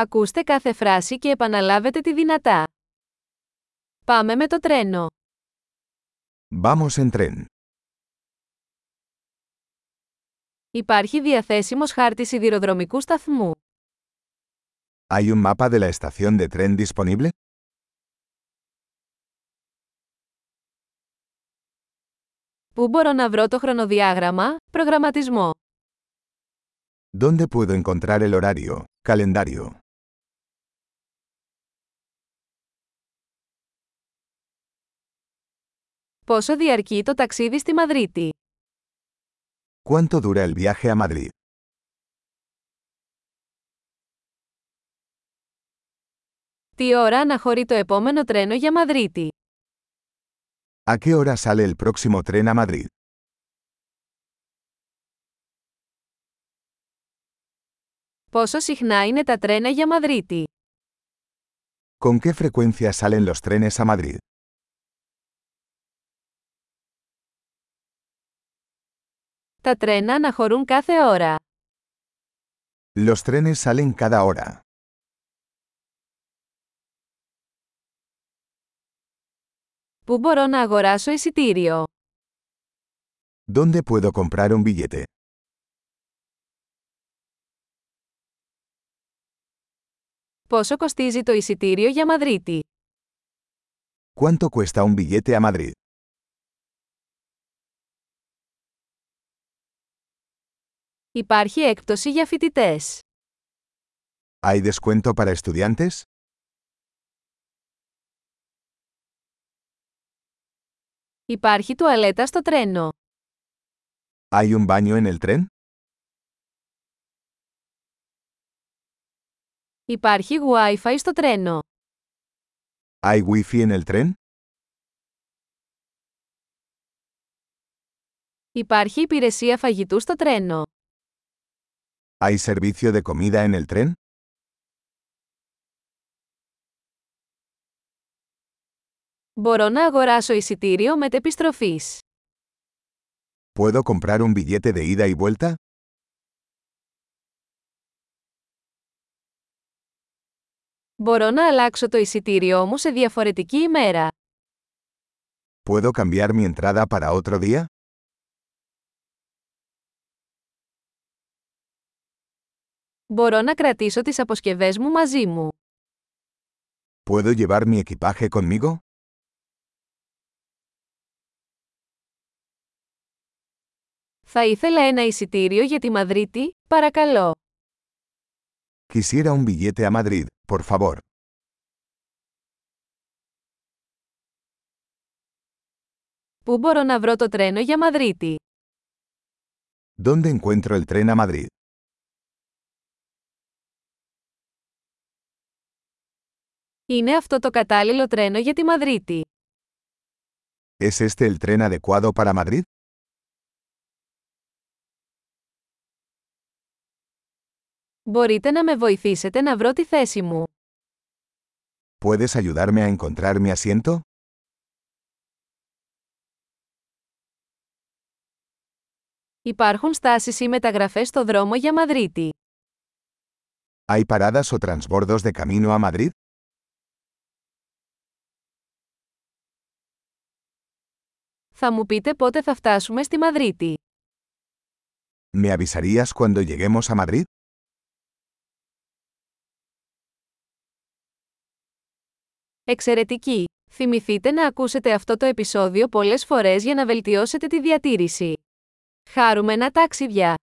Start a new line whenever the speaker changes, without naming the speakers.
Ακούστε κάθε φράση και επαναλάβετε τη δυνατά. Πάμε με το τρένο.
Vamos en tren.
Υπάρχει διαθέσιμος χάρτης σιδηροδρομικού σταθμού.
¿Hay un mapa de la estación de tren disponible?
Πού μπορώ να βρω το χρονοδιάγραμμα, προγραμματισμό.
¿Dónde puedo encontrar el horario, calendario?
Πόσο διαρκεί το ταξίδι στη Μαδρίτη.
¿Cuánto dura el viaje a Madrid?
Τι ώρα αναχωρεί το επόμενο τρένο για Μαδρίτη.
¿A qué hora sale el próximo tren a Madrid?
Πόσο συχνά είναι τα τρένα για Μαδρίτη.
¿Con qué frecuencia salen los trenes a Madrid?
Τα τρένα αναχωρούν κάθε ώρα.
Los trenes salen cada hora.
Πού μπορώ να αγοράσω εισιτήριο.
¿Dónde puedo comprar un billete?
Πόσο κοστίζει το εισιτήριο για Μαδρίτη.
¿Cuánto cuesta un billete a Madrid?
Υπάρχει έκπτωση για φοιτητές.
¿Hay descuento para estudiantes?
Υπάρχει τουαλέτα στο τρένο.
¿Hay un baño en el tren?
Υπάρχει Wi-Fi στο τρένο.
¿Hay wifi en el tren?
Υπάρχει υπηρεσία φαγητού στο τρένο.
¿Hay servicio de comida en el tren?
Μπορώ να αγοράσω εισιτήριο μετεπιστροφής.
¿Puedo comprar un billete de ida y vuelta?
Μπορώ να αλλάξω το εισιτήριό μου σε διαφορετική ημέρα.
¿Puedo cambiar mi entrada para otro día?
Μπορώ να κρατήσω τις αποσκευές μου μαζί μου.
¿Puedo llevar mi equipaje conmigo?
Θα ήθελα ένα εισιτήριο για τη Μαδρίτη, παρακαλώ.
Quisiera un billete a Madrid, por favor.
Πού μπορώ να βρω το τρένο για Μαδρίτη.
¿Dónde encuentro el tren a Madrid?
Είναι αυτό το κατάλληλο τρένο για τη Μαδρίτη.
¿Es este el tren adecuado para Madrid?
Μπορείτε να με βοηθήσετε να βρω τη θέση μου.
¿Puedes ayudarme a encontrar mi asiento?
Υπάρχουν στάσεις ή μεταγραφές στο δρόμο για Μαδρίτη.
¿Hay paradas o transbordos de camino a Madrid?
Θα μου πείτε πότε θα φτάσουμε στη Μαδρίτη.
¿Me avisarías cuando lleguemos a Madrid?
Εξαιρετική! Θυμηθείτε να ακούσετε αυτό το επεισόδιο πολλές φορές για να βελτιώσετε τη διατήρηση. Χάρουμενα ταξίδια!